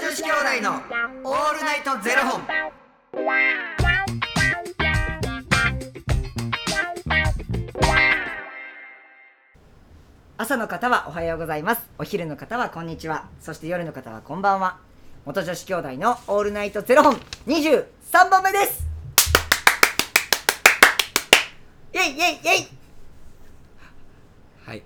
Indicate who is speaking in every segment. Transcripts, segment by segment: Speaker 1: 子兄弟のオールナイトゼロ本。
Speaker 2: 朝の方はおはようございますお昼の方はこんにちはそして夜の方はこんばんは元女子兄弟のオールナイトゼロ本23本目ですイェイイェイイェイ
Speaker 1: はい。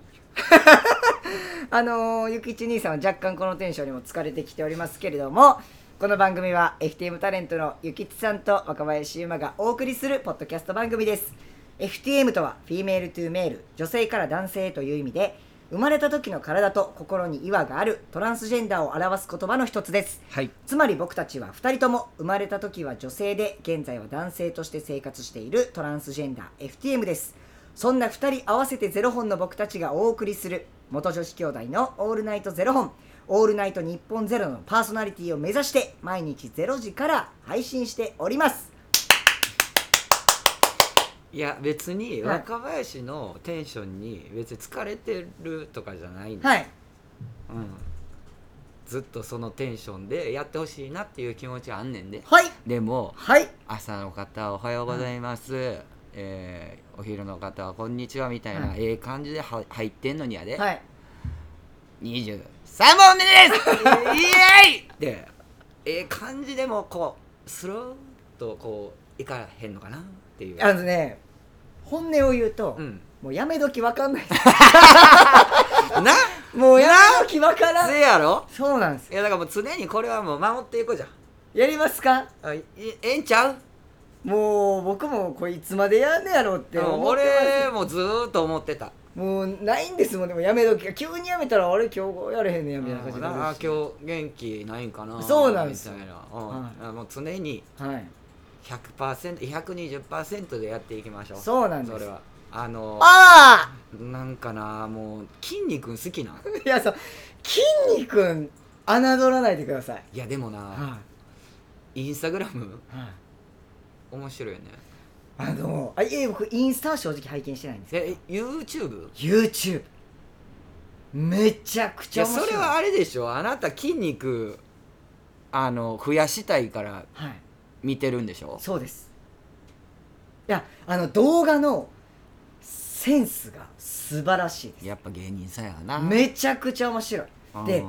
Speaker 2: あのー、ゆきち兄さんは若干このテンションにも疲れてきておりますけれどもこの番組は FTM タレントのゆきちさんと若林優馬がお送りするポッドキャスト番組です FTM とはフィメールトゥーメール女性から男性へという意味で生まれた時の体と心に違和があるトランスジェンダーを表す言葉の一つです
Speaker 1: はい。
Speaker 2: つまり僕たちは2人とも生まれた時は女性で現在は男性として生活しているトランスジェンダー FTM ですそんな2人合わせてゼロ本の僕たちがお送りする元女子兄弟の「オールナイトゼロ本」「オールナイト日本ゼロのパーソナリティを目指して毎日ゼロ時から配信しております
Speaker 1: いや別に
Speaker 2: はい
Speaker 1: 若林のテンションに別に疲れてるとかじゃないんで、
Speaker 2: はい
Speaker 1: うん、ずっとそのテンションでやってほしいなっていう気持ちはあんねんで
Speaker 2: はい
Speaker 1: でも
Speaker 2: はい
Speaker 1: 朝の方おはようございます、えーお昼の方はこんにちはみたいな、
Speaker 2: はい
Speaker 1: ええ感じでは入ってんのにやで、
Speaker 2: はい
Speaker 1: 23本 目ですイエーイでええ感じでもこうスローっとこういかへんのかなっていう
Speaker 2: あのね本音を言うと、
Speaker 1: うん
Speaker 2: もうやめ時わか んないです
Speaker 1: な
Speaker 2: もうやめ時わからん
Speaker 1: せやろ
Speaker 2: そうなんです
Speaker 1: いやだからもう常にこれはもう守っていこうじゃん
Speaker 2: やりますか
Speaker 1: あいええんちゃう
Speaker 2: もう僕もこれいつまでやんねやろうって
Speaker 1: うん
Speaker 2: 思って
Speaker 1: 俺もずーっと思ってた
Speaker 2: ますもうないんですもんでもやめ時が急にやめたら俺今日やれへんねやみたいな感じ
Speaker 1: う
Speaker 2: に
Speaker 1: んあ
Speaker 2: な
Speaker 1: あ
Speaker 2: るし
Speaker 1: 今日元気ないんかな
Speaker 2: そうなんですよ
Speaker 1: みたいな、
Speaker 2: は
Speaker 1: うんもう常に
Speaker 2: はい、
Speaker 1: 100%120% でやっていきましょう
Speaker 2: そうなんです
Speaker 1: それはあの
Speaker 2: あ
Speaker 1: なんかなもう筋肉好きな ん
Speaker 2: あいやそう筋肉侮らないでください
Speaker 1: いやでもな、インスタグラム
Speaker 2: はい
Speaker 1: 面白いよね
Speaker 2: あのあいえ僕インスタは正直拝見してないんですけ
Speaker 1: え YouTube?
Speaker 2: ど YouTube めちゃく
Speaker 1: い
Speaker 2: ちゃ
Speaker 1: や
Speaker 2: 面白
Speaker 1: そ
Speaker 2: い
Speaker 1: れはあれでしょあなた筋肉あの増やしたいから
Speaker 2: はい
Speaker 1: 見てるんでしょ
Speaker 2: そうですいやあの動画のセンスが素晴らしいです
Speaker 1: やっぱ芸人さんやな
Speaker 2: めちゃくちゃ面白い
Speaker 1: うん
Speaker 2: で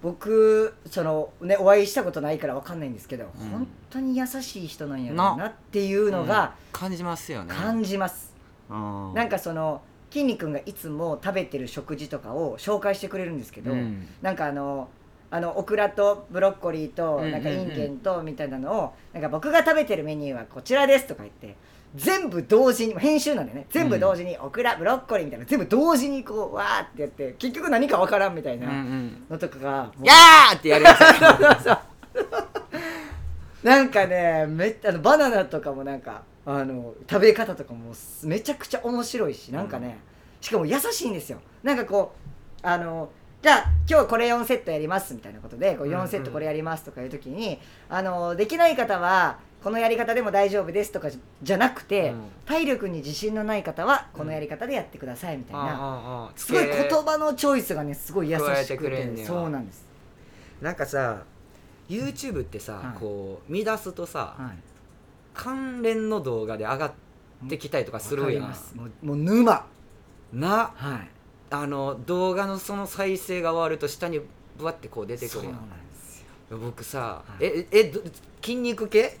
Speaker 2: 僕そのねお会いしたことないからわかんないんですけど、
Speaker 1: うん
Speaker 2: 本当に優しい人なんやろうなっていうのが
Speaker 1: うん感じますよね
Speaker 2: 感じます、
Speaker 1: うん
Speaker 2: なんかそのきんに君がいつも食べてる食事とかを紹介してくれるんですけど、
Speaker 1: うん
Speaker 2: なんかあのあのオクラとブロッコリーと
Speaker 1: うん
Speaker 2: なんか
Speaker 1: うんうん
Speaker 2: インゲンとみたいなのをなんか僕が食べてるメニューはこちらですとか言って全部同時に編集なんでね全部同時にオクラブロッコリーみたいな全部同時にこうわーってやって結局何かわからんみたい
Speaker 1: うんう
Speaker 2: なんのとかが、もう
Speaker 1: やーってやるやつ や
Speaker 2: なんかねめっあのバナナとかもなんかあの食べ方とかもすめちゃくちゃ面白いしなんかね、しかも優しいんですよなんかこうあのじゃあ今日これ4セットやりますみたいなことでこう
Speaker 1: うんうん
Speaker 2: 4セットこれやりますとかいう時に、あのできない方はこのやり方でも大丈夫ですとかじゃじゃなくて、
Speaker 1: うん
Speaker 2: 体力に自信のない方はこのやり方でやってくださいみたいな、
Speaker 1: ああ
Speaker 2: すごい言
Speaker 1: と
Speaker 2: 葉のチョイスがねすごい優
Speaker 1: 加え
Speaker 2: してく
Speaker 1: く
Speaker 2: て
Speaker 1: れんねや
Speaker 2: そうなんです、
Speaker 1: なんかさ YouTube ってさ、
Speaker 2: はい
Speaker 1: こう見出すとさ、
Speaker 2: は
Speaker 1: 関連の動画で上がってきたりとか
Speaker 2: い、
Speaker 1: するや
Speaker 2: わかり
Speaker 1: ん
Speaker 2: ますもうもう沼
Speaker 1: な
Speaker 2: はい
Speaker 1: あの動画のその再生が終わると下にぶわってこう出てくるや
Speaker 2: そうんなんですよ
Speaker 1: 僕さ、
Speaker 2: い
Speaker 1: えええど筋肉系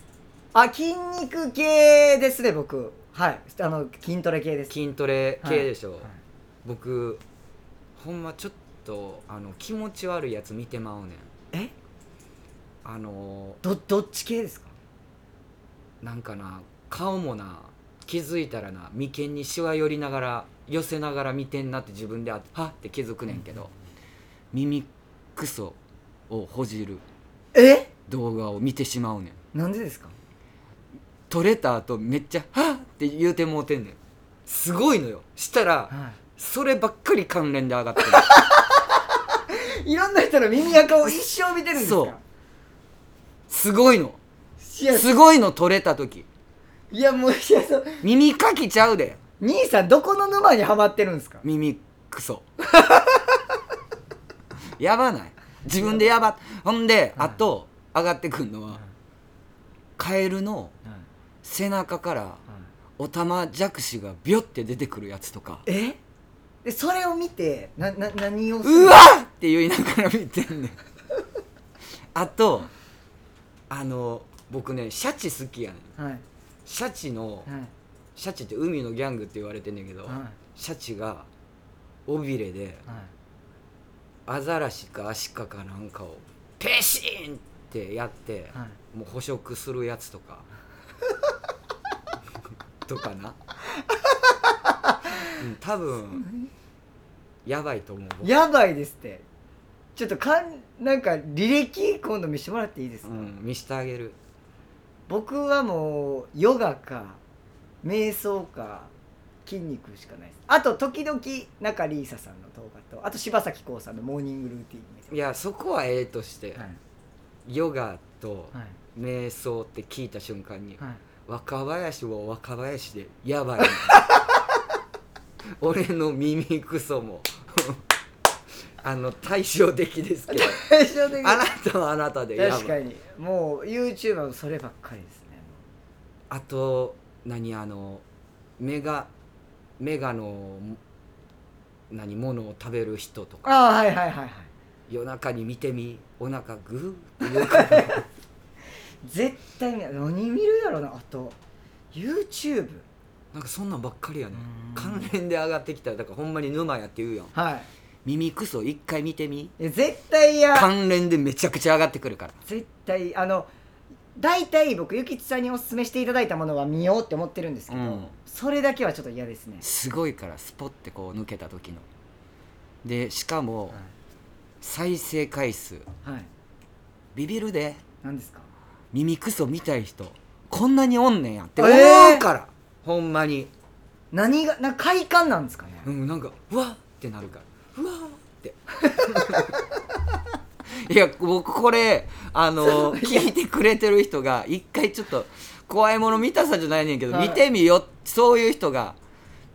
Speaker 2: あ筋肉系ですね僕はいあの筋トレ系です
Speaker 1: 筋トレ系でしょ、
Speaker 2: はいはい
Speaker 1: 僕ほんまちょっとあの気持ち悪いやつ見てまうねん
Speaker 2: え
Speaker 1: あの
Speaker 2: どどっち系ですか
Speaker 1: なんかな顔もな気づいたらな眉間にしわ寄りながら寄せながら見てんなって自分であはって気づくねんけど、耳くそをほじる
Speaker 2: え
Speaker 1: 動画を見てしまうねん
Speaker 2: なんでですか
Speaker 1: 取れた後めっちゃ「はっ!」って言うてもうてんねんすごいのよしたら
Speaker 2: は
Speaker 1: そればっかり関連で上がってる
Speaker 2: いいろんな人の耳垢を一生見てるんですか
Speaker 1: そうすごいの
Speaker 2: いや
Speaker 1: すごいの取れた時
Speaker 2: いやもういやそう
Speaker 1: 耳かきちゃうで
Speaker 2: 兄さんどこの沼にはまってるんですか
Speaker 1: 耳クソ やばない自分でやばっほんで、あと上がってくるのは、カエルの背中からおたまじゃくしがビョって出てくるやつとか
Speaker 2: えでそれを見てなな何をする
Speaker 1: うわっって言いながら見て んねんあとあの僕ねシャチ好きやねん
Speaker 2: はいはい
Speaker 1: シャチのシャチって海のギャングって言われてんねんけど、
Speaker 2: はい
Speaker 1: シャチが尾びれで
Speaker 2: はい
Speaker 1: アザラシかアシカかなんかをペシーンってやって、
Speaker 2: はい
Speaker 1: もう捕食するやつとか とかな、うん、多分やばいと思う僕
Speaker 2: やばいですってちょっとかんなんか履歴今度見せてもらっていいです
Speaker 1: う
Speaker 2: か、
Speaker 1: ん、見してあげる
Speaker 2: 僕はもうヨガか瞑想か筋肉しかないですあと時々中里依紗さんの動画とあと柴咲コウさんのモーニングルーティンみた
Speaker 1: いやそこはええとして、
Speaker 2: いな
Speaker 1: ヨガと
Speaker 2: はい
Speaker 1: 瞑想って聞いた瞬間に、
Speaker 2: はい
Speaker 1: 若林も若林でやばい俺の耳クソも あの対照的ですけど
Speaker 2: 対照的
Speaker 1: あなたはあなたでやばい
Speaker 2: 確かにもう YouTuber もそればっかりですね
Speaker 1: あと何あのメガメガの何ものを食べる人とか
Speaker 2: ああはいはいはいはい
Speaker 1: 夜中に見てみお腹グーって動く
Speaker 2: 絶対見ない何見るやろなあと YouTube
Speaker 1: なんかそんなんばっかりやね
Speaker 2: うん
Speaker 1: 関連で上がってきたらだからほんまに沼やって言うやん
Speaker 2: はい
Speaker 1: 耳クソ一回見てみ
Speaker 2: いや絶対や
Speaker 1: 関連でめちゃくちゃ上がってくるから
Speaker 2: 絶対あの大体僕ゆきつさんにおすすめしていただいたものは見ようって思ってるんですけど、
Speaker 1: うん
Speaker 2: それだけはちょっと嫌ですね、
Speaker 1: すごいからスポッてこう抜けた時のでしかも再生回数
Speaker 2: はい
Speaker 1: ビビるで
Speaker 2: 何ですか
Speaker 1: 耳クソ見たい人こんなにおんねんやって
Speaker 2: えー
Speaker 1: 思うから、ほんまに、
Speaker 2: 何がなんか快感なんですかね、
Speaker 1: うん、なんかうわっってなるからうわーって いや僕これあの聞いてくれてる人が一回ちょっと怖いもの見たさじゃないねんけど
Speaker 2: はい
Speaker 1: 見てみよそういう人が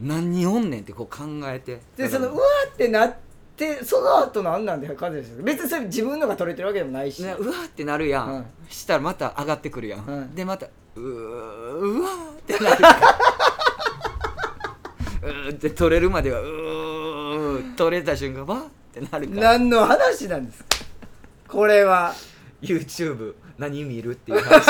Speaker 1: 何におんねんってこう考えて
Speaker 2: でそのうわーってなってその後何なんだよ感じですよ別にそれ自分のが取れてるわけでもないし、
Speaker 1: ねうわーってなるやん、
Speaker 2: うん
Speaker 1: したらまた上がってくるやん、
Speaker 2: うん
Speaker 1: でまたうーうわーってなるから うーって取れるまではうー取れた瞬間わーってなるから
Speaker 2: 何の話なんですかこれは
Speaker 1: YouTube 何見るっていう 話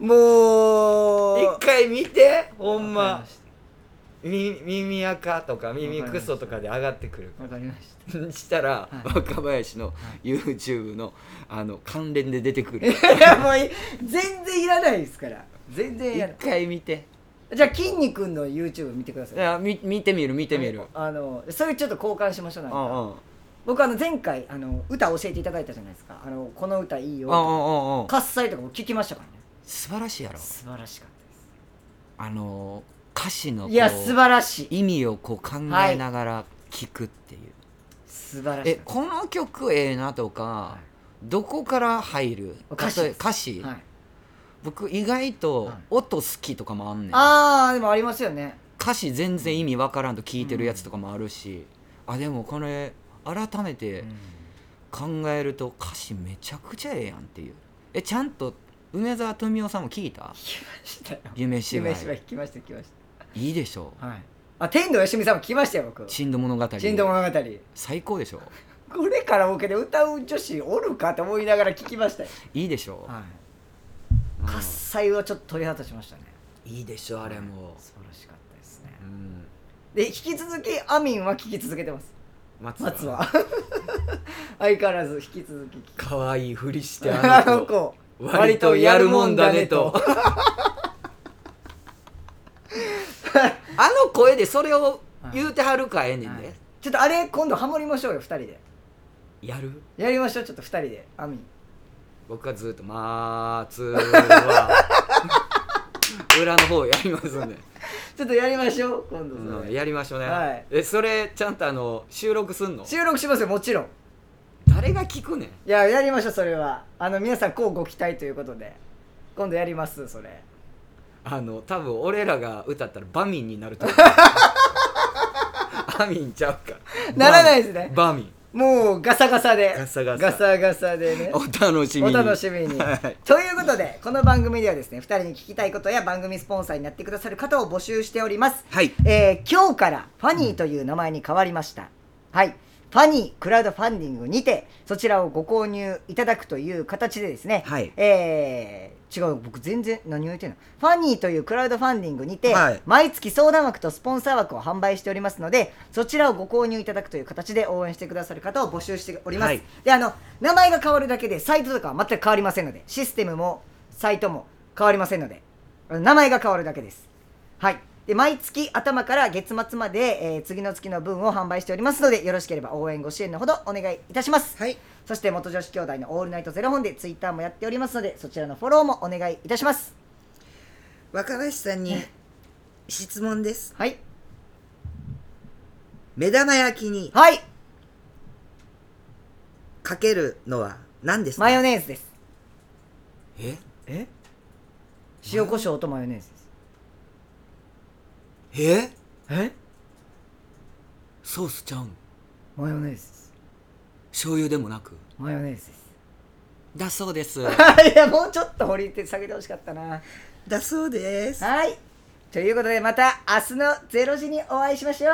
Speaker 2: もう
Speaker 1: 一回見てほん
Speaker 2: わかり
Speaker 1: ま
Speaker 2: ました
Speaker 1: み耳垢とか耳クソとかで上がってくる
Speaker 2: わかりました
Speaker 1: した
Speaker 2: は
Speaker 1: ら、
Speaker 2: い
Speaker 1: 若林の YouTube のあの関連で出てくる
Speaker 2: いやもうい全然いらないですから 全然い
Speaker 1: 一
Speaker 2: らない
Speaker 1: 回見て
Speaker 2: じゃあきんに君の YouTube 見てくださ
Speaker 1: い
Speaker 2: い
Speaker 1: やみ見てみる見てみる
Speaker 2: あのそれちょっと交換しましょうなん
Speaker 1: う
Speaker 2: か
Speaker 1: んうん
Speaker 2: 僕あの前回あの歌教えていただいたじゃないですかあのこの歌いいよ
Speaker 1: うんう
Speaker 2: と
Speaker 1: んうんうん
Speaker 2: か喝采とかも聞きましたからね
Speaker 1: 素晴らしいやろ
Speaker 2: 素晴らしかった
Speaker 1: あのー歌詞
Speaker 2: で
Speaker 1: のこ
Speaker 2: す
Speaker 1: う
Speaker 2: いや素晴らしい
Speaker 1: 意味をこう考えながら聞くっていう、
Speaker 2: 素晴らし
Speaker 1: え
Speaker 2: い
Speaker 1: この曲ええなとか、どこから入る
Speaker 2: 歌詞
Speaker 1: 例え歌詞、
Speaker 2: はい、
Speaker 1: 僕意外
Speaker 2: は
Speaker 1: と
Speaker 2: い
Speaker 1: 音好きとかもあんねん、
Speaker 2: ああでもありますよね
Speaker 1: 歌詞全然意味わからんと聞いてるやつとかもあるし、あでもこれ改めて考えると歌詞めちゃくちゃええやんっていうえちゃんと梅沢富美男さんも聞いた
Speaker 2: 聞きましたよ
Speaker 1: 夢芝居
Speaker 2: 夢芝居聞きました聞きまし
Speaker 1: いいでしょ
Speaker 2: たはいあ天童よしみさんも聞きましたよ僕
Speaker 1: う珍道物語
Speaker 2: 「珍道物語」
Speaker 1: 最高でしょ
Speaker 2: これカラオケで歌う女子おるかと思いながら聞きましたよ
Speaker 1: いいでしょう、うん
Speaker 2: 喝采はちょっと鳥肌しましたね
Speaker 1: いいでしょあれも
Speaker 2: 素晴らしかったですね
Speaker 1: うん
Speaker 2: で引き続きアミンは聞き続けてます
Speaker 1: 松
Speaker 2: 松は 相変わらず引き続き聞き
Speaker 1: 可愛いふ りして
Speaker 2: あ
Speaker 1: あの
Speaker 2: の
Speaker 1: 子
Speaker 2: 子
Speaker 1: 割とやるもんだねとあの声でそれを言うてはるかええねんで、
Speaker 2: はい ちょっとあれ今度ハモりましょうよ2人で
Speaker 1: やる
Speaker 2: やりましょうちょっと2人でアミン
Speaker 1: 僕はずっと「まーつー は」裏の方やりますんで、
Speaker 2: ちょっとやりましょう今度それ
Speaker 1: うんやりましょうね、
Speaker 2: はい
Speaker 1: えそれちゃんとあの収録すんの
Speaker 2: 収録しますよもちろん
Speaker 1: 誰が聞くねん
Speaker 2: いややりましょうそれはあの皆さんこうご期待ということで今度やりますそれ
Speaker 1: あの多分俺らが歌ったらバミンになると思うあバミンちゃうか
Speaker 2: ならないですね
Speaker 1: バミン
Speaker 2: もうガサガサで
Speaker 1: ガサガサ
Speaker 2: ガサガサでね
Speaker 1: お楽しみ
Speaker 2: お
Speaker 1: に
Speaker 2: 楽しみに
Speaker 1: はい。
Speaker 2: ということで、この番組ではですね、2人に聞きたいことや番組スポンサーになってくださる方を募集しております。
Speaker 1: はい
Speaker 2: えー今日からファニーという名前に変わりました。はい。ファニークラウドファンディングにて、そちらをご購入いただくという形でですね、
Speaker 1: はい
Speaker 2: えー違う、僕全然何を言ってんのファニーというクラウドファンディングにて、
Speaker 1: はい
Speaker 2: 毎月相談枠とスポンサー枠を販売しておりますので、そちらをご購入いただくという形で応援してくださる方を募集しております。
Speaker 1: はい
Speaker 2: であの名前が変わるだけでサイトとかは全く変わりませんのでシステムもサイトも変わりませんので名前が変わるだけですはいで毎月頭から月末まで、えー次の月の分を販売しておりますのでよろしければ応援ご支援のほどお願いいたします、
Speaker 1: はい
Speaker 2: そして元女子兄弟の「オールナイトゼロ本」でツイッターもやっておりますのでそちらのフォローもお願いいたします
Speaker 3: 若林さんに質問です
Speaker 2: はい
Speaker 3: 目玉焼きに
Speaker 2: はい
Speaker 3: かけるのは何ですか
Speaker 2: マヨネーズです
Speaker 1: え
Speaker 2: え塩コショウとマヨネーズです
Speaker 1: え
Speaker 2: え
Speaker 1: ソースちゃうん
Speaker 2: マヨネーズです
Speaker 1: 醤油でもなく
Speaker 2: マヨネーズです
Speaker 1: だそうです
Speaker 2: はいいやもうちょっと掘り手下げてほしかったな
Speaker 3: だそうです
Speaker 2: はいということでまた明日の0時にお会いしましょ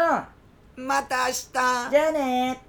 Speaker 2: う
Speaker 3: また明日
Speaker 2: じゃあね